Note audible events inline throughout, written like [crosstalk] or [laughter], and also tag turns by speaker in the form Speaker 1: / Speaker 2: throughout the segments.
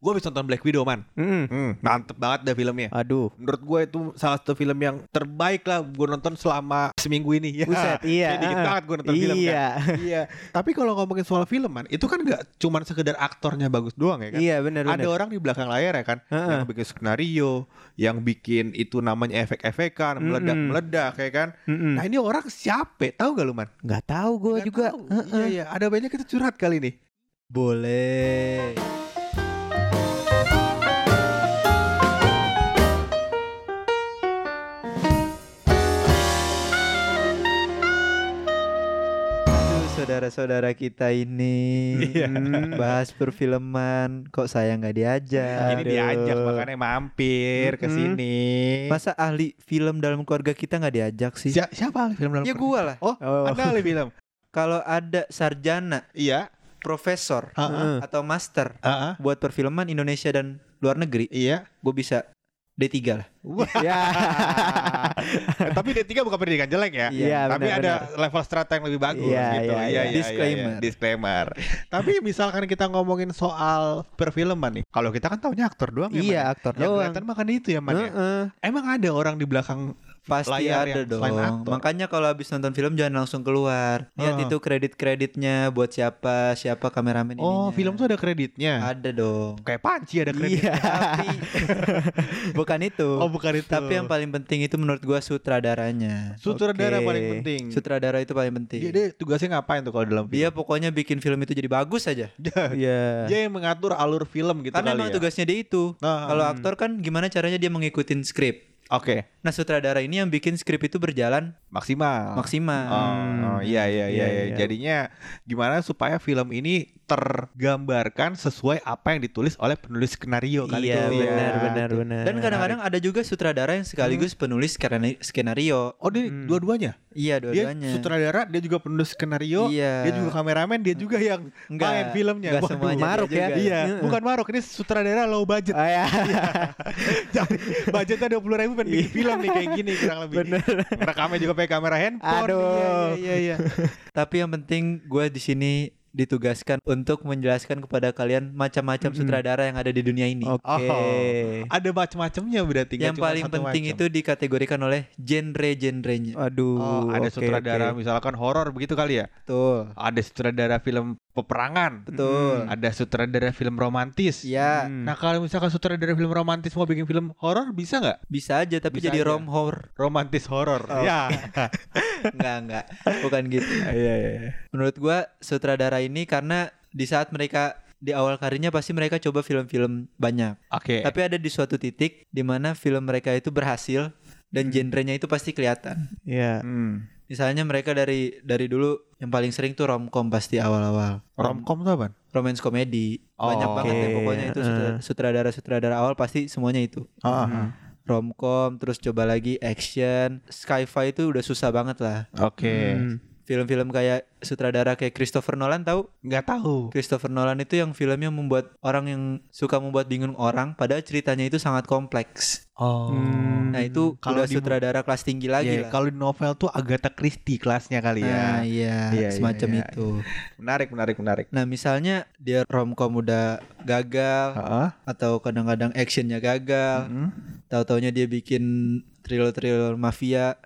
Speaker 1: Gue habis nonton Black Widow man.
Speaker 2: Mm.
Speaker 1: Hmm, mantep banget dah filmnya.
Speaker 2: Aduh.
Speaker 1: Menurut gue itu salah satu film yang terbaik lah gue nonton selama seminggu ini. Ya.
Speaker 2: Buset,
Speaker 1: [laughs]
Speaker 2: iya.
Speaker 1: Kayak dikit
Speaker 2: Ah.
Speaker 1: banget gue nonton film kan.
Speaker 2: Iya.
Speaker 1: iya. Tapi kalau ngomongin soal film man, itu kan gak cuman sekedar aktornya bagus doang ya kan.
Speaker 2: Iya benar
Speaker 1: Ada
Speaker 2: benar.
Speaker 1: orang di belakang layar ya kan
Speaker 2: Heeh.
Speaker 1: yang bikin skenario, yang bikin itu namanya efek-efekan,
Speaker 2: Mm-mm.
Speaker 1: meledak-meledak ya kan.
Speaker 2: Mm-mm.
Speaker 1: Nah, ini orang siapa? Tahu gak lu man?
Speaker 2: Nggak tahu gue
Speaker 1: Nggak
Speaker 2: juga.
Speaker 1: tahu.
Speaker 2: Heeh.
Speaker 1: Iya, iya, ada banyak kita curhat kali nih.
Speaker 2: Boleh. Aduh, Saudara-saudara kita ini
Speaker 1: Iya.
Speaker 2: hmm, bahas perfilman, kok saya nggak diajak?
Speaker 1: Ini diajak
Speaker 2: Aduh.
Speaker 1: makanya mampir ke
Speaker 2: Mm-mm.
Speaker 1: sini.
Speaker 2: Masa ahli film dalam keluarga kita nggak diajak sih?
Speaker 1: Si- siapa ahli film dalam
Speaker 2: Ya
Speaker 1: keluarga?
Speaker 2: gua lah.
Speaker 1: Oh,
Speaker 2: Oh.
Speaker 1: Anda ahli film.
Speaker 2: Kalau ada sarjana,
Speaker 1: Iya. Hmm.
Speaker 2: profesor
Speaker 1: Heeh.
Speaker 2: atau master
Speaker 1: Heeh.
Speaker 2: buat perfilman Indonesia dan luar negeri,
Speaker 1: Iya.
Speaker 2: gue bisa D3 lah.
Speaker 1: Wah. [laughs]
Speaker 2: Ya.
Speaker 1: Eh, Tapi D3 bukan pendidikan jelek ya.
Speaker 2: Iya,
Speaker 1: Tapi
Speaker 2: benar,
Speaker 1: ada level strata yang lebih bagus
Speaker 2: Iya,
Speaker 1: gitu.
Speaker 2: iya, iya. Disclaimer.
Speaker 1: Disclaimer. [laughs] Tapi misalkan kita ngomongin soal perfilman nih. Kalau kita kan taunya aktor doang ya.
Speaker 2: iya, aktor
Speaker 1: Man. Yang
Speaker 2: doang.
Speaker 1: kelihatan makan itu ya, Man. ya?
Speaker 2: Heeh.
Speaker 1: Emang ada orang di belakang
Speaker 2: Pasti
Speaker 1: layar
Speaker 2: ada
Speaker 1: yang selain
Speaker 2: dong.
Speaker 1: aktor. Oh.
Speaker 2: Makanya kalau habis nonton film jangan langsung keluar. Lihat
Speaker 1: Heeh.
Speaker 2: itu kredit-kreditnya buat siapa, siapa kameramen
Speaker 1: Oh,
Speaker 2: ininya.
Speaker 1: film tuh ada kreditnya.
Speaker 2: ada dong.
Speaker 1: Kayak panci ada kredit.
Speaker 2: Iya, tapi bukan [laughs] itu.
Speaker 1: Oh, [laughs] bukan itu.
Speaker 2: Tapi yang paling penting itu menurut gua sutradaranya.
Speaker 1: Sutradara
Speaker 2: Oke.
Speaker 1: paling penting. Iya,
Speaker 2: Sutradara itu paling penting.
Speaker 1: dia,
Speaker 2: Dia,
Speaker 1: dia tugasnya ngapain tuh kalau dalam film?
Speaker 2: pokoknya bikin film itu jadi bagus aja. Iya.
Speaker 1: [laughs] dia yang mengatur alur film gitu
Speaker 2: Karena
Speaker 1: kali
Speaker 2: emang
Speaker 1: ya.
Speaker 2: tugasnya dia itu.
Speaker 1: Nah,
Speaker 2: Kalau
Speaker 1: hmm.
Speaker 2: aktor kan gimana caranya dia mengikutin skrip.
Speaker 1: Oke,
Speaker 2: Nah sutradara ini yang bikin skrip itu berjalan
Speaker 1: maksimal.
Speaker 2: maksimal.
Speaker 1: Oh, oh, iya, iya, iya,
Speaker 2: Hmm, Iya,
Speaker 1: iya.
Speaker 2: iya.
Speaker 1: Jadinya gimana supaya film ini tergambarkan sesuai apa yang ditulis oleh penulis skenario kali
Speaker 2: Iya,
Speaker 1: itu.
Speaker 2: benar,
Speaker 1: Ya.
Speaker 2: benar,
Speaker 3: benar.
Speaker 2: Dan [laughs] kadang-kadang ada juga sutradara yang sekaligus penulis skenario. skenario.
Speaker 1: Oh, dia
Speaker 3: Hmm.
Speaker 1: dua-duanya.
Speaker 2: Iya
Speaker 1: Hmm. Dia
Speaker 2: dua-duanya.
Speaker 1: sutradara, dia juga penulis skenario,
Speaker 2: Iya.
Speaker 1: dia juga kameramen, dia juga yang
Speaker 2: Enggak,
Speaker 1: main filmnya.
Speaker 2: enggak
Speaker 1: Waduh,
Speaker 2: semuanya
Speaker 3: maruk
Speaker 2: dia
Speaker 3: ya.
Speaker 2: juga.
Speaker 1: Iya, bukan marok. Ini sutradara low
Speaker 2: [laughs]
Speaker 1: budget. [laughs]
Speaker 3: Oh, ya.
Speaker 1: Jadi, budgetnya dua puluh ribu pengen
Speaker 2: Iya.
Speaker 1: bikin film nih kayak gini kurang lebih.
Speaker 3: Bener.
Speaker 1: Rekamnya juga pakai kamera handphone.
Speaker 3: Aduh.
Speaker 1: Iya, iya,
Speaker 2: [laughs]
Speaker 1: iya.
Speaker 2: Tapi yang penting gue di sini ditugaskan untuk menjelaskan kepada kalian
Speaker 1: Hmm.
Speaker 2: macam-macam sutradara yang ada di dunia ini.
Speaker 1: Oh.
Speaker 3: Oke.
Speaker 1: Ada macam-macamnya berarti. nggak
Speaker 2: yang
Speaker 1: cuma
Speaker 2: paling
Speaker 1: satu
Speaker 2: penting
Speaker 1: macam.
Speaker 2: itu dikategorikan oleh genre-genrenya.
Speaker 3: Aduh.
Speaker 1: Oh, ada
Speaker 3: oke,
Speaker 1: sutradara
Speaker 3: oke.
Speaker 1: misalkan horor begitu kali ya.
Speaker 2: Betul.
Speaker 1: Ada sutradara film peperangan. Hmm.
Speaker 2: Betul.
Speaker 1: Ada sutradara film romantis.
Speaker 2: Iya,
Speaker 3: Hmm.
Speaker 1: Nah kalau misalkan sutradara film romantis mau bikin film horor bisa nggak?
Speaker 2: bisa aja tapi
Speaker 1: Bisa
Speaker 2: jadi
Speaker 1: aja.
Speaker 2: rom horror.
Speaker 1: Romantis horor. Ya.
Speaker 2: Enggak, enggak. Bukan gitu.
Speaker 1: [laughs] Iya iya.
Speaker 2: Menurut gua sutradara ini karena di saat mereka di awal karirnya pasti mereka coba film-film banyak.
Speaker 1: Oke.
Speaker 2: Tapi ada di suatu titik di mana film mereka itu berhasil dan genrenya itu pasti kelihatan.
Speaker 3: Iya.
Speaker 1: Hmm.
Speaker 2: Misalnya mereka dari dari dulu yang paling sering tuh romcom pasti awal-awal.
Speaker 1: Romcom tuh apa?
Speaker 2: romance komedi.
Speaker 1: Oh,
Speaker 2: Banyak banget
Speaker 3: oke.
Speaker 2: ya pokoknya itu
Speaker 3: Heeh.
Speaker 2: sutradara-sutradara awal pasti semuanya itu.
Speaker 1: Ah,
Speaker 2: Romcom, terus coba lagi action, sci-fi itu udah susah banget lah.
Speaker 1: Oke.
Speaker 3: Hmm.
Speaker 2: Film-film kayak sutradara kayak Christopher Nolan tahu?
Speaker 1: Nggak tahu.
Speaker 2: Christopher Nolan itu yang filmnya membuat orang yang suka membuat bingung orang padahal ceritanya itu sangat kompleks.
Speaker 1: Oh.
Speaker 3: Hmm.
Speaker 2: Nah, itu
Speaker 1: Kalau
Speaker 2: kalau
Speaker 1: di-
Speaker 2: sutradara kelas tinggi
Speaker 1: Iya,
Speaker 2: lagi lah.
Speaker 1: kalau di novel tuh Agatha Christie kelasnya kali ya.
Speaker 2: Nah, iya,
Speaker 1: Iya, iya,
Speaker 2: semacam
Speaker 1: iya.
Speaker 2: itu.
Speaker 1: Menarik, menarik, menarik.
Speaker 2: Nah, misalnya dia romcom udah gagal
Speaker 1: Heeh.
Speaker 2: atau kadang-kadang actionnya gagal,
Speaker 1: Mm.
Speaker 2: tahu-taunya dia bikin thriller-thriller mafia,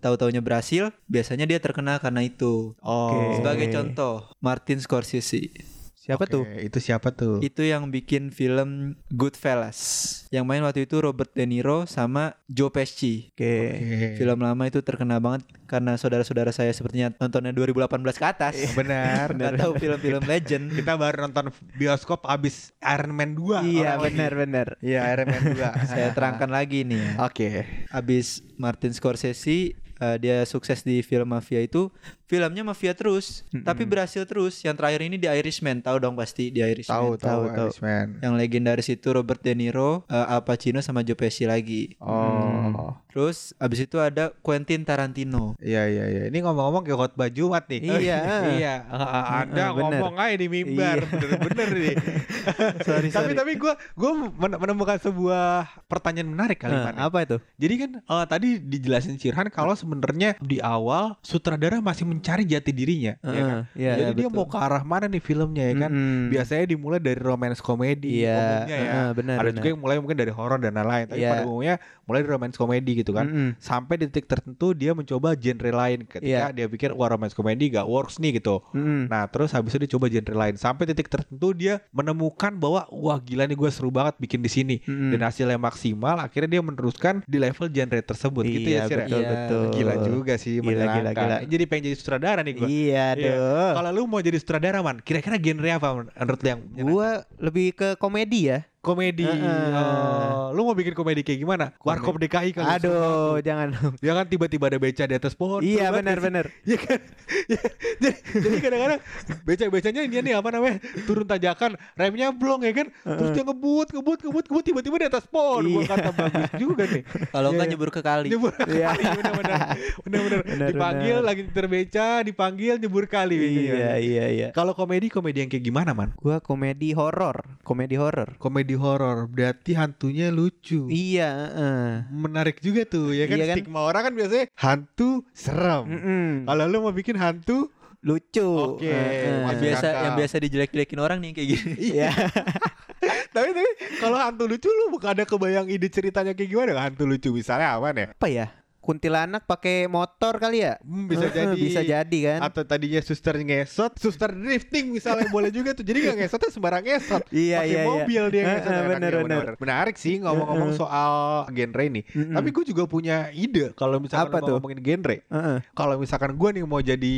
Speaker 2: tahu-taunya berhasil, biasanya dia terkenal karena itu.
Speaker 1: Oh.
Speaker 3: Oke.
Speaker 2: Sebagai
Speaker 3: Oke.
Speaker 2: contoh, Martin Scorsese
Speaker 3: Siapa
Speaker 1: Oke,
Speaker 3: tuh?
Speaker 1: Itu siapa tuh?
Speaker 2: itu yang bikin film Goodfellas. Yang main waktu itu Robert De Niro sama Joe Pesci.
Speaker 3: Oke.
Speaker 1: Oke.
Speaker 2: Film lama itu terkenal banget karena saudara-saudara saya sepertinya nontonnya 2018 ke atas.
Speaker 1: Iya, Benar.
Speaker 2: Atau film-film
Speaker 1: [laughs]
Speaker 2: legend.
Speaker 1: Kita baru nonton bioskop abis Iron Man 2 orang
Speaker 3: Iya,
Speaker 1: lagi.
Speaker 3: benar-benar.
Speaker 1: Iya Iron Man 2
Speaker 2: Saya terangkan lagi nih. ya.
Speaker 1: [laughs] Oke
Speaker 2: Abis Martin Scorsese eh, dia sukses di film mafia itu filmnya mafia terus tapi berhasil terus yang terakhir ini di Irishman tahu dong pasti di
Speaker 1: Tahu
Speaker 2: Irishman
Speaker 1: tahu
Speaker 3: tahu.
Speaker 1: Irishman
Speaker 2: yang legendaris itu Robert De Niro, eh, Al Pacino sama Joe Pesci lagi.
Speaker 1: Oh Oh.
Speaker 2: Terus abis itu ada Quentin Tarantino.
Speaker 1: Iya iya iya. Ini ngomong-ngomong kayak khotbah Jumat nih.
Speaker 2: Iya.
Speaker 1: iya. Ada
Speaker 2: Bener.
Speaker 1: ngomong aja di mimbar.
Speaker 2: Iya.
Speaker 1: Bener-bener nih.
Speaker 2: sorry,
Speaker 1: tapi
Speaker 2: sorry.
Speaker 1: tapi gue gue menemukan sebuah pertanyaan menarik kali
Speaker 2: Eh,
Speaker 1: Pan.
Speaker 2: apa itu?
Speaker 1: Jadi kan eh, tadi dijelasin Sirhan kalau sebenarnya di awal sutradara masih mencari jati dirinya, ya kan?
Speaker 2: Heeh, Iya,
Speaker 1: Jadi
Speaker 2: iya,
Speaker 1: dia
Speaker 2: betul.
Speaker 1: mau ke arah mana nih filmnya ya kan?
Speaker 3: Hmm.
Speaker 2: Mm-mm.
Speaker 1: Biasanya dimulai dari romance komedi
Speaker 2: Iya,
Speaker 1: umumnya ya.
Speaker 2: heeh, benar.
Speaker 1: Ada
Speaker 2: benar.
Speaker 1: juga yang mulai mungkin dari horor dan lain-lain, tapi
Speaker 2: Iya.
Speaker 1: pada umumnya mulai dari romance komedi gitu kan.
Speaker 2: Mm-mm.
Speaker 1: Sampai di titik tertentu dia mencoba genre lain ketika
Speaker 2: Iya.
Speaker 1: dia pikir wah romance komedi gak works nih gitu.
Speaker 2: Mm-mm.
Speaker 1: Nah terus habis itu dia coba genre lain sampai titik tertentu dia menemukan bahwa wah gila nih gue seru banget bikin di sini
Speaker 2: Mm-mm.
Speaker 1: dan hasilnya maksimal akhirnya dia meneruskan di level genre tersebut gitu ya
Speaker 2: Iya,
Speaker 1: Sir ya?
Speaker 2: betul,
Speaker 1: Iya,
Speaker 2: betul.
Speaker 1: gila juga sih
Speaker 2: Gila, gila,
Speaker 1: menyenangkan
Speaker 2: gila.
Speaker 1: jadi pengen jadi sutradara nih gue
Speaker 2: Iya,
Speaker 1: Iya.
Speaker 2: dong.
Speaker 1: kalau lu mau jadi sutradara man kira-kira genre apa Man, menurut lu yang menyenangkan?
Speaker 3: Gua lebih ke komedi ya.
Speaker 1: komedi
Speaker 3: Heeh.
Speaker 1: Oh, lu mau bikin komedi kayak gimana warkop DKI kalau
Speaker 3: Aduh, jangan. dong.
Speaker 1: ya kan tiba-tiba ada beca di atas pohon
Speaker 3: iya,
Speaker 1: Seru banget [laughs]
Speaker 3: benar-benar.
Speaker 1: Iya kan? Iya. jadi, jadi kadang-kadang beca-becanya ini nih apa namanya? Turun tanjakan, remnya blong ya kan? Terus dia ngebut, ngebut, ngebut, ngebut tiba-tiba di atas pohon. Gua
Speaker 3: Iya.
Speaker 1: kata bagus juga nih.
Speaker 2: Kalau
Speaker 1: Iya,
Speaker 2: enggak
Speaker 1: iya.
Speaker 2: nyebur ke kali.
Speaker 1: Nyebur [laughs] kali,
Speaker 3: Iya.
Speaker 1: benar-benar. Benar-benar.
Speaker 3: Benar,
Speaker 1: Dipanggil
Speaker 3: benar.
Speaker 1: lagi terbeca, dipanggil nyebur kali. gitu kan.
Speaker 3: Iya, iya, iya.
Speaker 1: Kalau komedi, komedi yang kayak gimana man?
Speaker 3: Gua komedi horor, komedi horor.
Speaker 1: Komedi horor berarti hantunya lucu.
Speaker 3: Iya, heeh.
Speaker 1: Menarik juga tuh ya kan?
Speaker 3: Iya kan?
Speaker 1: Stigma orang kan biasanya hantu serem.
Speaker 3: Mm-mm.
Speaker 1: Kalau lu mau bikin hantu
Speaker 3: Lucu.
Speaker 1: Oke,
Speaker 3: heeh.
Speaker 2: Yang
Speaker 1: masuk
Speaker 2: Nah, biasa
Speaker 1: Kakak.
Speaker 2: yang biasa dijelek-jelekin orang nih kayak gini.
Speaker 3: Iya.
Speaker 1: tapi tapi kalau hantu lucu lu bukan ada kebayang ide ceritanya kayak gimana hantu lucu misalnya apa ya
Speaker 3: Apa ya? Kuntilanak pakai motor kali ya?
Speaker 1: Hmm, bisa jadi
Speaker 3: Heeh, Bisa jadi kan?
Speaker 1: atau tadinya suster ngesot suster drifting misalnya boleh juga tuh jadi nggak ngesotnya sembarang ngesot
Speaker 3: Iya,
Speaker 1: pakai
Speaker 3: iya, iya.
Speaker 1: mobil dia
Speaker 3: Heeh,
Speaker 1: ngesot Enak,
Speaker 3: bener,
Speaker 1: iya,
Speaker 3: bener.
Speaker 1: bener. menarik sih ngomong-ngomong soal genre ini
Speaker 3: Mm-mm.
Speaker 1: tapi gue juga punya ide kalau misalkan
Speaker 3: Apa
Speaker 1: mau
Speaker 3: tuh?
Speaker 1: ngomongin genre
Speaker 3: Heeh.
Speaker 1: kalau misalkan gue nih mau jadi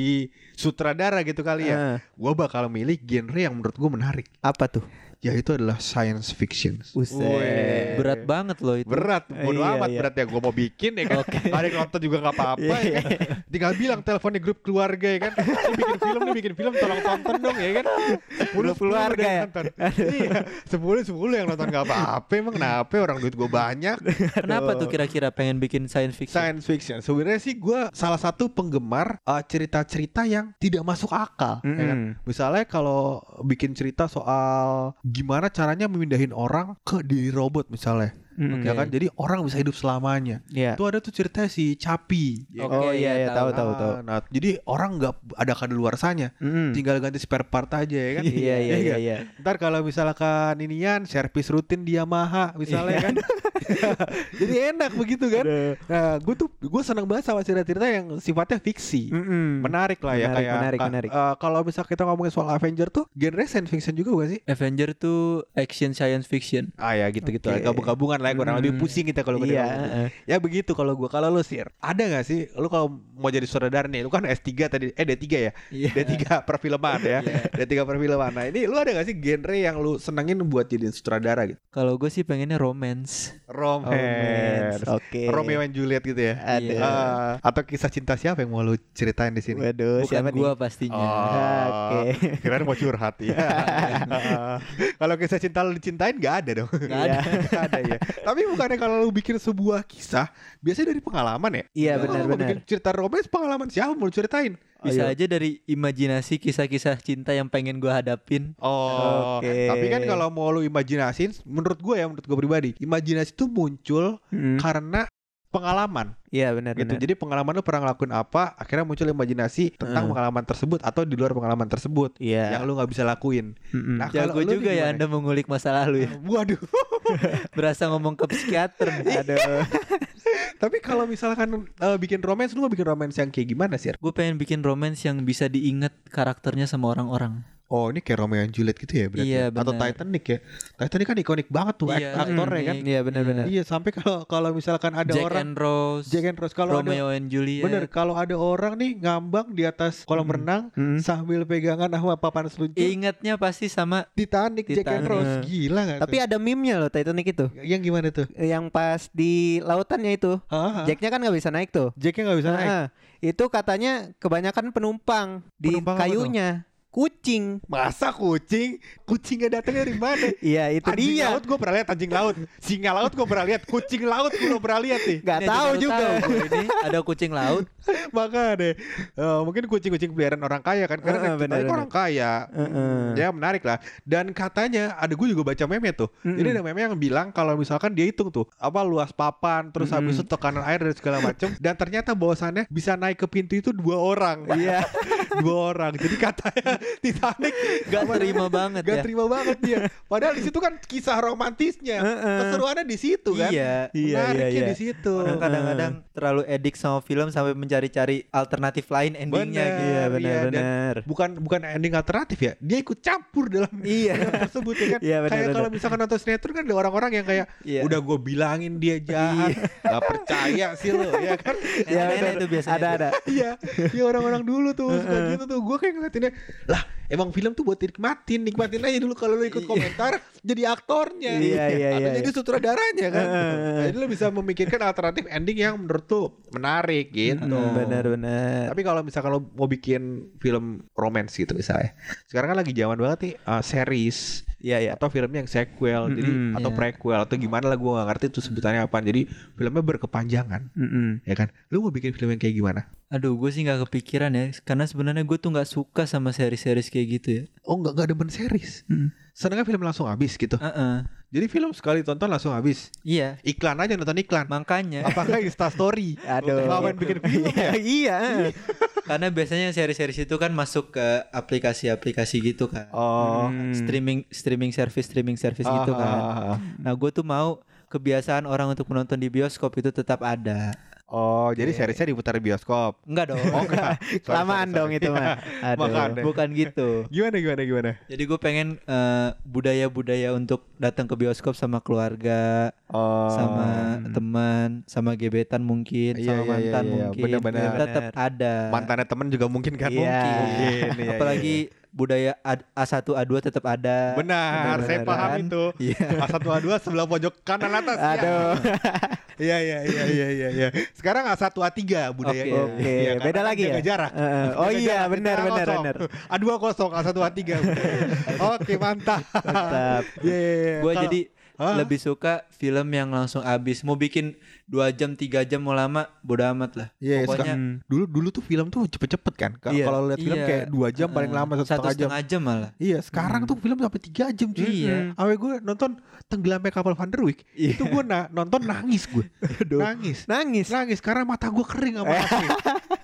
Speaker 1: sutradara gitu kali ya
Speaker 3: Heeh.
Speaker 1: gue bakal milih genre yang menurut gue menarik
Speaker 3: Apa tuh?
Speaker 1: yaitu adalah science fiction
Speaker 3: Buset.
Speaker 1: Weh.
Speaker 2: Berat banget loh itu.
Speaker 1: berat bodo
Speaker 3: Iya,
Speaker 1: amat
Speaker 3: iya.
Speaker 1: berat ya gue mau bikin ya kan ada yang nonton juga nggak apa-apa ya kan
Speaker 3: iya.
Speaker 1: tinggal bilang teleponnya grup keluarga ya kan Ini bikin film nih bikin film tolong tonton dong ya kan sepuluh
Speaker 3: Grup keluarga
Speaker 1: ada yang
Speaker 3: ya?
Speaker 1: nonton. iya sepuluh sepuluh yang nonton nggak apa-apa emang kenapa ya orang duit gue banyak
Speaker 2: Kenapa tuh kira-kira pengen bikin science fiction?
Speaker 1: Iya science fiction sebenarnya sih gue salah satu penggemar eh, cerita-cerita yang tidak masuk akal ya kan?
Speaker 3: Mm-mm.
Speaker 1: Misalnya kalau bikin cerita soal gimana caranya memindahin orang ke diri robot misalnya,
Speaker 3: Mm-mm.
Speaker 1: ya kan? Jadi orang bisa hidup selamanya.
Speaker 3: Iya.
Speaker 1: Itu ada tuh cerita si Capi. ya
Speaker 2: Oke,
Speaker 3: Oh iya, iya, tahu tahu
Speaker 1: Ah,
Speaker 3: tahu.
Speaker 1: Nah, jadi orang nggak ada kadaluarsanya,
Speaker 3: Mm-mm.
Speaker 1: tinggal ganti spare part aja [laughs] ya kan.
Speaker 3: Iya, iya, iya,
Speaker 1: nggak?
Speaker 3: iya.
Speaker 1: Ntar kalau misalkan inian servis rutin di Yamaha misalnya [laughs] kan. jadi enak begitu kan. Nah, gue tuh gue seneng banget sama cerita-cerita yang sifatnya fiksi.
Speaker 3: Mm-mm.
Speaker 1: Hmm. Menarik lah ya
Speaker 3: Menarik,
Speaker 1: kayak
Speaker 3: menarik,
Speaker 1: ka-
Speaker 3: menarik.
Speaker 1: eh, kalau misal kita ngomongin soal Avenger tuh genre science fiction juga bukan sih?
Speaker 2: Avenger tuh action science fiction.
Speaker 1: Ah ya gitu-gitu
Speaker 3: Oke.
Speaker 1: gabung-gabungan lah ya, kurang lebih
Speaker 2: Hmm.
Speaker 1: pusing kita kalau
Speaker 3: Iya,
Speaker 1: ngedengerinnya.
Speaker 3: heeh.
Speaker 1: Ya begitu kalau gua kalau lu sir. Ada nggak sih lu kalau mau jadi sutradara nih, lu kan S3 tadi eh D3 ya.
Speaker 2: Iya.
Speaker 1: D3 perfilman [laughs] ya. D3 perfilman. Nah, ini lu ada nggak sih genre yang lu senengin buat jadi sutradara gitu?
Speaker 2: Kalau gue sih pengennya romance.
Speaker 1: Romance.
Speaker 3: Oke.
Speaker 1: Oh, Romeo and Juliet gitu ya.
Speaker 3: Aduh.
Speaker 1: Eh, atau kisah cinta siapa yang mau lu ceritain di sini? Oh,
Speaker 3: Waduh,
Speaker 2: Bukan
Speaker 3: siapa
Speaker 2: gue
Speaker 3: nih?
Speaker 2: pastinya.
Speaker 1: Oke.
Speaker 3: Oke. iya.
Speaker 1: Kirain mau curhat [laughs] ya. Eh, kalau kisah cinta lu dicintain nggak ada dong. [laughs]
Speaker 2: Nggak ada.
Speaker 1: Nggak ada ya. Tapi bukannya kalau lu bikin sebuah kisah biasanya dari pengalaman ya?
Speaker 3: Iya,
Speaker 1: Lu kalau mau
Speaker 3: benar-benar.
Speaker 1: bikin cerita romance pengalaman siapa mau lu ceritain?
Speaker 2: Bisa aja dari imajinasi kisah-kisah cinta yang pengen gue hadapin.
Speaker 1: Oh,
Speaker 3: Oke.
Speaker 1: tapi kan kalau mau lu imajinasiin, menurut gue ya, menurut gue pribadi, imajinasi itu muncul
Speaker 3: Mm.
Speaker 1: karena pengalaman
Speaker 3: Iya, benar
Speaker 1: gitu.
Speaker 3: benar.
Speaker 1: Jadi pengalaman lu pernah ngelakuin apa, akhirnya muncul imajinasi tentang
Speaker 3: Heeh.
Speaker 1: pengalaman tersebut atau di luar pengalaman tersebut
Speaker 3: Iya.
Speaker 1: yang lu nggak bisa lakuin.
Speaker 3: Mm-mm.
Speaker 1: Nah, kalau
Speaker 2: Jago
Speaker 1: lu nih
Speaker 2: juga ya
Speaker 1: gimana?
Speaker 2: anda mengulik masa lalu ya.
Speaker 1: [laughs] Waduh.
Speaker 2: Berasa ngomong ke psikiater.
Speaker 3: [laughs] Aduh.
Speaker 1: Tapi kalau misalkan eh, bikin romance, lu mau bikin romance yang kayak gimana sih?
Speaker 2: Gue pengen bikin romance yang bisa diingat karakternya sama orang-orang.
Speaker 1: Oh ini kayak Romeo and Juliet gitu ya berarti?
Speaker 2: Iya,
Speaker 1: Atau
Speaker 2: benar.
Speaker 1: Titanic ya? Titanic kan ikonik banget tuh
Speaker 2: Iya,
Speaker 1: ak- aktornya kan?
Speaker 2: ikonik.
Speaker 3: Iya, benar benar.
Speaker 1: Iya sampai kalau kalau misalkan ada
Speaker 2: Jack
Speaker 1: orang
Speaker 2: and Rose,
Speaker 1: Jack and Rose kalau ada
Speaker 2: Romeo and
Speaker 3: Iya.
Speaker 2: Juliet.
Speaker 1: bener kalau ada orang nih ngambang di atas kolam renang
Speaker 3: Mm.
Speaker 1: sambil pegangan sama papan seluncur
Speaker 2: Ingatnya pasti sama
Speaker 1: Titanic, Jack and
Speaker 2: Titanic.
Speaker 1: Rose gila nggak?
Speaker 3: [laughs] eh. Tapi ada meme-nya loh Titanic
Speaker 1: tuh?
Speaker 3: itu.
Speaker 1: yang gimana tuh?
Speaker 3: Yang pas di lautannya itu.
Speaker 1: Hah?
Speaker 3: Jacknya kan nggak bisa naik tuh. Ah.
Speaker 1: Jacknya nggak bisa naik.
Speaker 3: Heeh. itu katanya kebanyakan penumpang di
Speaker 1: Penumpang apa
Speaker 3: kayunya. kucing.
Speaker 1: Masa kucing? Kucingnya datangnya dari mana?
Speaker 3: Iya itu
Speaker 1: anjing
Speaker 3: dia.
Speaker 1: laut gue pernah lihat anjing laut, singa laut gue pernah lihat, kucing laut gue belum pernah lihat nih.
Speaker 3: Gak
Speaker 2: Ini aja
Speaker 3: tahu
Speaker 2: baru
Speaker 3: [laughs] juga.
Speaker 2: tahu gua ini ada kucing
Speaker 1: [laughs]
Speaker 2: laut.
Speaker 1: Maka deh, Eh, mungkin kucing-kucing peliharaan orang kaya kan
Speaker 3: Heeh,
Speaker 1: karena
Speaker 3: benar,
Speaker 1: ceritanya
Speaker 3: benar.
Speaker 1: orang kaya.
Speaker 3: Heeh.
Speaker 1: Ya menarik lah. Dan katanya ada gue juga baca meme tuh. Jadi ada meme yang bilang kalau misalkan dia hitung tuh apa luas papan, terus habis itu tekanan air dan segala macam. dan ternyata bahwasannya bisa naik ke pintu itu dua
Speaker 2: [laughs]
Speaker 1: orang.
Speaker 3: Iya.
Speaker 1: [laughs] dua orang. Jadi katanya Titanic
Speaker 2: Gak terima banget
Speaker 1: Gak
Speaker 2: ya.
Speaker 1: terima banget dia. Padahal di situ kan kisah romantisnya,
Speaker 3: Heeh.
Speaker 1: keseruannya di situ kan. Nah.
Speaker 2: Iya.
Speaker 3: Iya,
Speaker 1: Menariknya
Speaker 3: iya, iya.
Speaker 1: di situ.
Speaker 2: Orang kadang-kadang terlalu edik sama film sampai mencari-cari alternatif lain endingnya
Speaker 1: Bener,
Speaker 2: gitu.
Speaker 3: Iya
Speaker 1: Iya, dan-
Speaker 3: benar-benar.
Speaker 1: Bukan bukan ending alternatif ya. Dia ikut campur dalam
Speaker 3: [laughs] Iya.
Speaker 1: [laughs] film tersebut ya kan.
Speaker 3: Iya, benar,
Speaker 1: kayak
Speaker 3: benar.
Speaker 1: kalau misalkan nonton sinetron kan ada orang-orang yang kayak
Speaker 2: Iya.
Speaker 1: udah gue bilangin dia
Speaker 3: Iya. [laughs]
Speaker 1: jahat, nggak percaya sih lo ya kan.
Speaker 2: Nenek-nenek itu biasanya
Speaker 3: Ada
Speaker 2: tuh.
Speaker 3: ada.
Speaker 1: Iya, ya orang-orang dulu tuh suka gitu tuh. Gue kayak ngeliatinnya, lah emang film tuh buat dinikmatin, nikmatin aja dulu kalau lu ikut komentar jadi aktornya,
Speaker 3: Iya, iya,
Speaker 1: atau
Speaker 3: iya.
Speaker 1: jadi sutradaranya kan.
Speaker 3: Heeh.
Speaker 1: jadi lu bisa memikirkan alternatif ending yang menurut tuh menarik gitu.
Speaker 3: Benar-benar.
Speaker 1: Tapi kalau misalkan lo mau bikin film romance gitu misalnya, sekarang kan lagi zaman banget nih eh, series
Speaker 3: Iya iya.
Speaker 1: atau film yang sequel, jadi
Speaker 3: Mm-mm.
Speaker 1: atau
Speaker 2: Iya.
Speaker 1: prequel atau gimana lah gue nggak ngerti itu sebutannya apa. Jadi filmnya berkepanjangan,
Speaker 3: Mm-mm.
Speaker 1: ya kan? Lu mau bikin film yang kayak gimana?
Speaker 2: Aduh, gue sih nggak kepikiran ya, karena sebenarnya gue tuh nggak suka sama seri-seri kayak gitu ya.
Speaker 1: Oh nggak nggak demen series. Senengnya film langsung habis gitu.
Speaker 2: Heeh.
Speaker 1: Jadi film sekali tonton langsung habis.
Speaker 2: Iya,
Speaker 1: Iklan aja nonton iklan. [laughs]
Speaker 2: makanya
Speaker 1: Apakah Insta Story?
Speaker 3: Aduh.
Speaker 1: Ngapain bikin film? ya?
Speaker 3: Iya, Iya.
Speaker 2: karena biasanya seri-seri itu kan masuk ke aplikasi-aplikasi gitu kan.
Speaker 1: Oh.
Speaker 2: Streaming streaming service streaming service gitu
Speaker 1: Ah,
Speaker 2: kan.
Speaker 1: ah, ah.
Speaker 2: Nah, gue tuh mau kebiasaan orang untuk menonton di bioskop itu tetap ada.
Speaker 1: Oh, jadi
Speaker 3: Iya,
Speaker 1: seriesnya diputar di bioskop.
Speaker 2: Enggak dong. [laughs]
Speaker 1: Oh,
Speaker 3: [laughs]
Speaker 1: enggak. Sorry, sorry,
Speaker 3: Lamaan
Speaker 1: sorry.
Speaker 3: dong itu mah. Aduh.
Speaker 1: [laughs] Makan.
Speaker 2: Bukan gitu.
Speaker 1: Gimana gimana gimana?
Speaker 2: Jadi gue pengen eh, budaya-budaya untuk datang ke bioskop sama keluarga,
Speaker 1: Oh.
Speaker 2: sama teman, sama gebetan mungkin,
Speaker 1: Iya, iya,
Speaker 2: sama
Speaker 1: iya,
Speaker 2: mantan
Speaker 1: iya.
Speaker 2: mungkin.
Speaker 1: Benar-benar.
Speaker 2: Tetap ada.
Speaker 1: mantannya temen juga mungkin kan?
Speaker 3: Iya.
Speaker 1: Mungkin. iya,
Speaker 2: Apalagi
Speaker 1: iya.
Speaker 2: budaya A- A1 A2 tetap ada.
Speaker 1: Benar, saya
Speaker 2: iya. Benar-benar
Speaker 1: paham
Speaker 2: kan?
Speaker 1: itu.
Speaker 2: Iya.
Speaker 1: A1 A2 sebelah pojok kanan atas. ya.
Speaker 3: Aduh.
Speaker 1: Iya iya iya iya iya iya. Sekarang A1 A3 budayanya.
Speaker 2: Oke.
Speaker 3: [laughs] Oke,
Speaker 1: Iya, karena
Speaker 3: beda
Speaker 1: kan
Speaker 3: lagi
Speaker 1: jaga
Speaker 3: ya.
Speaker 1: jarak.
Speaker 3: Heeh.
Speaker 1: Jaga
Speaker 3: oh iya,
Speaker 1: jarak,
Speaker 3: benar
Speaker 1: kita
Speaker 3: benar
Speaker 1: kosong.
Speaker 3: benar.
Speaker 1: A2 kosong, A1 A3. Oke, mantap.
Speaker 3: Mantap.
Speaker 1: Iya iya iya.
Speaker 2: Gue
Speaker 1: Kalau-
Speaker 2: jadi
Speaker 1: Hah?
Speaker 2: lebih suka film yang langsung habis. Mau bikin 2 jam 3 jam mau lama bodo amat lah.
Speaker 1: Iya, suka.
Speaker 2: Pokoknya
Speaker 3: Hmm.
Speaker 1: dulu dulu tuh film tuh cepet-cepet kan. Ka-
Speaker 3: Iya.
Speaker 1: Kalau lihat film
Speaker 2: Iya.
Speaker 1: kayak 2 jam paling
Speaker 2: Eh,
Speaker 1: lama satu
Speaker 2: satu
Speaker 1: setengah jam.
Speaker 2: setengah jam malah.
Speaker 1: Iya, sekarang tuh film sampai 3 jam cuy.
Speaker 2: Hmm. Iya.
Speaker 1: Awe gue nonton Tenggelamnya Kapal Van der Wijk, itu gue na- nonton nangis
Speaker 2: [laughs]
Speaker 1: gue. nangis.
Speaker 3: Nangis.
Speaker 1: Nangis karena mata gue kering sama asli.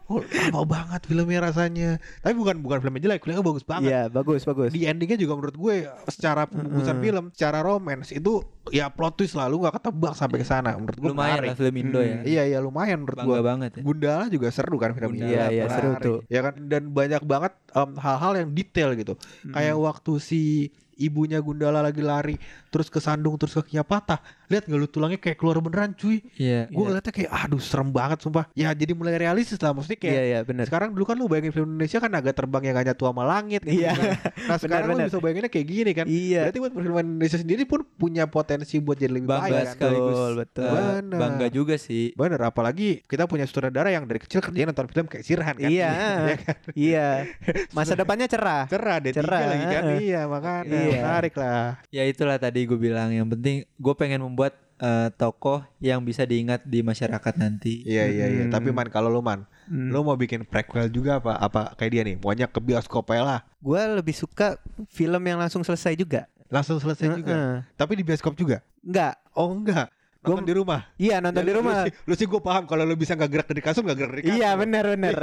Speaker 1: Oh, lama banget filmnya rasanya. Tapi bukan bukan filmnya jelek, filmnya bagus banget.
Speaker 3: Iya, bagus bagus.
Speaker 1: Di endingnya juga menurut gue secara pembungkusan film, secara romance itu ya plot twist lalu nggak ketebak sampai ke sana. Menurut gue
Speaker 2: Lumayan
Speaker 1: menarik.
Speaker 2: lah film Indo ya.
Speaker 1: Iya iya lumayan menurut
Speaker 2: Bangga
Speaker 1: gue.
Speaker 2: banget ya.
Speaker 1: Gundala juga seru kan film
Speaker 2: Gundala,
Speaker 1: ini.
Speaker 2: Iya, iya,
Speaker 1: menarik.
Speaker 3: seru tuh.
Speaker 1: Ya kan dan banyak banget em, hal-hal yang detail gitu. Kayak waktu si ibunya Gundala lagi lari terus kesandung terus kakinya patah. Lihat nggak lu tulangnya kayak keluar beneran cuy.
Speaker 2: Iya.
Speaker 1: Gue ngeliatnya kayak aduh serem banget sumpah. Ya jadi mulai realistis lah maksudnya kayak
Speaker 3: Iya, iya, benar.
Speaker 1: sekarang dulu kan lu bayangin film Indonesia kan naga terbang yang hanya tua sama langit gitu
Speaker 3: Iya.
Speaker 1: kan. Nah sekarang lu
Speaker 3: [laughs] benar.
Speaker 1: bisa bayanginnya kayak gini kan.
Speaker 3: Iya.
Speaker 1: Berarti buat perfilman Indonesia sendiri pun punya potensi buat jadi lebih baik
Speaker 2: Bangga
Speaker 1: kan.
Speaker 2: sekaligus.
Speaker 3: betul.
Speaker 2: eh,
Speaker 1: Benar.
Speaker 2: bangga juga sih.
Speaker 1: Bener, apalagi kita punya sutradara yang dari kecil kerjanya nonton film kayak Sirhan kan.
Speaker 3: Iya.
Speaker 1: [laughs] Ya kan?
Speaker 3: Iya.
Speaker 1: [laughs]
Speaker 3: Masa depannya cerah.
Speaker 1: Cerah deh,
Speaker 3: Cerah,
Speaker 1: lagi kan.
Speaker 3: eh.
Speaker 1: Iya, makanya
Speaker 3: Iya.
Speaker 1: menarik lah.
Speaker 2: Ya itulah tadi gue bilang yang penting gue pengen membuat eh, tokoh yang bisa diingat di masyarakat nanti.
Speaker 1: Iya, iya, iya.
Speaker 3: Hmm.
Speaker 1: Tapi Man, kalau lu Man,
Speaker 3: Hmm.
Speaker 1: lu mau bikin prequel juga apa? Apa kayak dia nih? Maunya ke bioskop aja lah.
Speaker 3: Gue lebih suka film yang langsung selesai juga.
Speaker 1: Langsung selesai juga.
Speaker 3: Heeh.
Speaker 1: Tapi di bioskop juga?
Speaker 3: Enggak.
Speaker 1: Oh enggak.
Speaker 3: Gua-
Speaker 1: Nonton di rumah.
Speaker 3: Iya nonton
Speaker 1: Ya,
Speaker 3: di
Speaker 1: lu- [laughs]
Speaker 3: rumah.
Speaker 1: Lu sih, lu sih gue paham kalau lu bisa nggak gerak dari kasur nggak gerak dari kasur.
Speaker 3: Iya benar benar.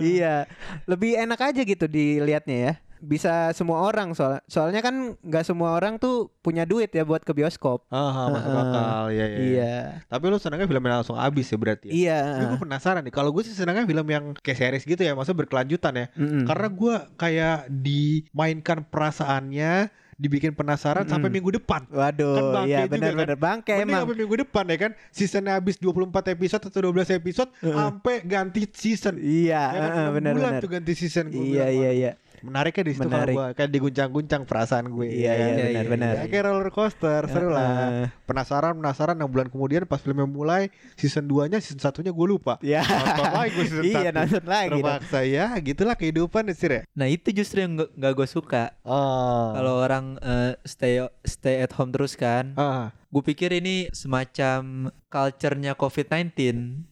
Speaker 3: iya, [laughs] lebih enak aja gitu dilihatnya ya. Bisa semua orang soal soalnya kan nggak semua orang tuh punya duit ya buat ke bioskop.
Speaker 1: [laughs] Ah, masuk
Speaker 3: Heeh.
Speaker 1: akal. Iya, iya. iya.
Speaker 3: Iya.
Speaker 1: Tapi lu senangnya film yang langsung habis ya berarti ya?
Speaker 3: Iya.
Speaker 1: Tapi gue penasaran nih. Kalau gue sih senangnya film yang kayak series gitu ya, maksudnya berkelanjutan ya.
Speaker 2: Hmm.
Speaker 3: Mm-mm.
Speaker 1: Karena gue kayak dimainkan perasaannya, dibikin penasaran sampai
Speaker 2: Hmm.
Speaker 3: Mm.
Speaker 1: minggu depan. Kan
Speaker 3: Waduh,
Speaker 1: bangke
Speaker 3: iya
Speaker 1: juga
Speaker 3: benar
Speaker 1: kan.
Speaker 3: benar bangke
Speaker 1: Mending
Speaker 3: emang.
Speaker 1: sampai minggu depan ya kan. Seasonnya habis 24 episode atau 12 episode, sampai ganti season.
Speaker 3: Iya,
Speaker 1: Ya kan,
Speaker 3: heeh,
Speaker 1: enam
Speaker 3: benar
Speaker 1: bulan
Speaker 3: benar.
Speaker 1: tuh ganti season gua
Speaker 3: Iya
Speaker 1: bilang,
Speaker 3: iya
Speaker 1: Wan.
Speaker 3: iya.
Speaker 1: Menariknya di situ kalau
Speaker 2: Menarik.
Speaker 1: gue kayak diguncang-guncang perasaan gue.
Speaker 2: Iya, iya,
Speaker 1: kan?
Speaker 2: benar, benar.
Speaker 1: Ya, kayak roller coaster, seru lah.
Speaker 2: Heeh.
Speaker 1: Penasaran, penasaran. 6 bulan kemudian pas filmnya mulai, season 2-nya, season 1-nya gue lupa. [laughs]
Speaker 3: Iya.
Speaker 2: Ya.
Speaker 1: Nonton lagi gue season
Speaker 2: Iya,
Speaker 1: satu.
Speaker 2: nonton lagi dong.
Speaker 1: Terpaksa ya, gitulah kehidupan ya, Sir ya.
Speaker 2: Nah itu justru yang nggak- nggak gue suka
Speaker 1: Oh.
Speaker 2: kalau orang eh, stay stay at home terus kan.
Speaker 1: Ah.
Speaker 2: Gue pikir ini semacam culture-nya COVID-19.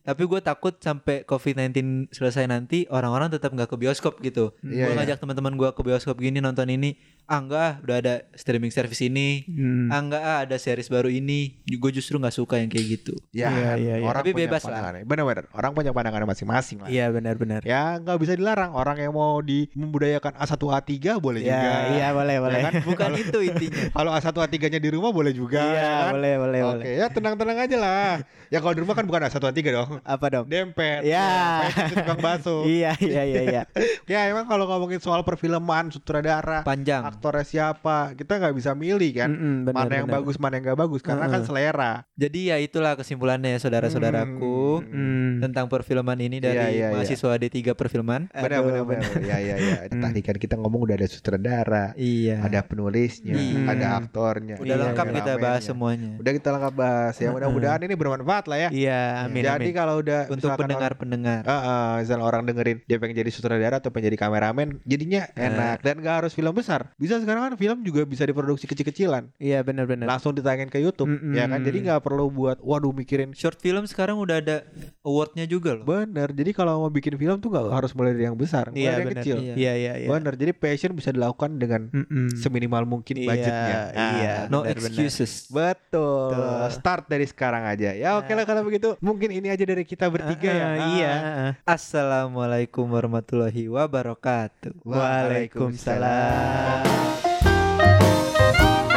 Speaker 2: Tapi gue takut sampai COVID-19 selesai nanti orang-orang tetap nggak ke bioskop gitu.
Speaker 1: Iya,
Speaker 2: gue
Speaker 1: iya.
Speaker 2: ngajak teman-teman gue ke bioskop gini nonton ini. Ah enggak ah, udah ada streaming service ini.
Speaker 3: Hmm.
Speaker 2: Ah enggak ah, ada series baru ini. Gue justru nggak suka yang kayak gitu.
Speaker 1: Ya,
Speaker 3: Iya, iya, iya.
Speaker 1: orang
Speaker 2: Tapi
Speaker 1: punya
Speaker 2: bebas lah.
Speaker 1: pandangan. Benar-benar. Orang punya pandangan masing-masing lah.
Speaker 3: Iya benar-benar.
Speaker 1: Ya nggak bisa dilarang. Orang yang mau di membudayakan A1A3 boleh
Speaker 3: Ya,
Speaker 1: juga.
Speaker 3: iya boleh
Speaker 1: Ya
Speaker 3: boleh.
Speaker 1: kan?
Speaker 2: Bukan itu intinya.
Speaker 1: [laughs] Kalau A1A3-nya di rumah boleh juga.
Speaker 3: Iya
Speaker 1: ya kan?
Speaker 3: boleh boleh
Speaker 1: Oke,
Speaker 3: boleh.
Speaker 1: ya tenang-tenang aja lah. ya kalau di rumah kan bukan A1A3 dong.
Speaker 3: Apa dong?
Speaker 1: Dempet.
Speaker 3: Ya.
Speaker 1: Pepet itu tukang bakso.
Speaker 3: [laughs] Iya iya iya iya.
Speaker 1: ya emang kalau ngomongin soal perfilman, sutradara,
Speaker 2: Panjang.
Speaker 1: aktornya siapa, kita nggak bisa milih kan.
Speaker 3: Mm-mm, benar,
Speaker 1: mana yang
Speaker 3: benar.
Speaker 1: bagus, mana yang nggak bagus. Karena kan selera.
Speaker 2: Jadi ya itulah kesimpulannya ya saudara-saudaraku
Speaker 3: Hmm.
Speaker 2: tentang perfilman ini dari
Speaker 1: Iya, iya, iya.
Speaker 2: mahasiswa D3 perfilman.
Speaker 1: Benar,
Speaker 3: Aduh,
Speaker 1: benar, benar. Ya, ya, ya. Tadi kan kita ngomong udah ada sutradara,
Speaker 2: Hmm. Iya.
Speaker 1: ada Iya, penulisnya,
Speaker 2: Hmm.
Speaker 1: ada aktornya.
Speaker 2: Udah
Speaker 1: ada
Speaker 2: lengkap kita
Speaker 1: kameramennya.
Speaker 2: bahas semuanya. Hmm.
Speaker 1: Udah kita lengkap bahas. Ya mudah-mudahan ini bermanfaat lah ya.
Speaker 3: Iya amin
Speaker 1: Jadi
Speaker 3: amin.
Speaker 1: kalau udah
Speaker 2: Untuk
Speaker 1: misalkan orang-
Speaker 2: pendengar-pendengar.
Speaker 1: Ah, ah, misalnya orang dengerin dia pengen jadi sutradara atau pengen jadi kameramen, jadinya enak dan gak harus film besar. Bisa sekarang kan film juga bisa diproduksi kecil-kecilan,
Speaker 3: Iya benar-benar.
Speaker 1: langsung ditayangin ke YouTube,
Speaker 3: Mm-mm.
Speaker 1: ya kan? Jadi nggak perlu buat waduh mikirin
Speaker 2: Short film sekarang udah ada awardnya juga loh.
Speaker 1: bener. Jadi kalau mau bikin film tuh nggak harus mulai dari yang besar, mulai
Speaker 3: Iya
Speaker 1: dari yang
Speaker 3: benar.
Speaker 1: kecil.
Speaker 2: Iya.
Speaker 3: Iya iya iya.
Speaker 1: Bener. Jadi passion bisa dilakukan dengan
Speaker 3: Mm-mm.
Speaker 1: seminimal mungkin
Speaker 3: Iya,
Speaker 1: budgetnya. Ah,
Speaker 3: Iya.
Speaker 2: no
Speaker 3: benar, benar.
Speaker 2: excuses.
Speaker 1: Betul.
Speaker 3: Betul.
Speaker 1: Start dari sekarang aja. Ya oke lah kalau begitu. Mungkin ini aja dari kita bertiga ya.
Speaker 3: Ah,
Speaker 1: Ah.
Speaker 3: Iya.
Speaker 2: Assalamualaikum warahmatullahi wabarakatuh.
Speaker 1: Waalaikumsalam.
Speaker 3: Waalaikumsalam.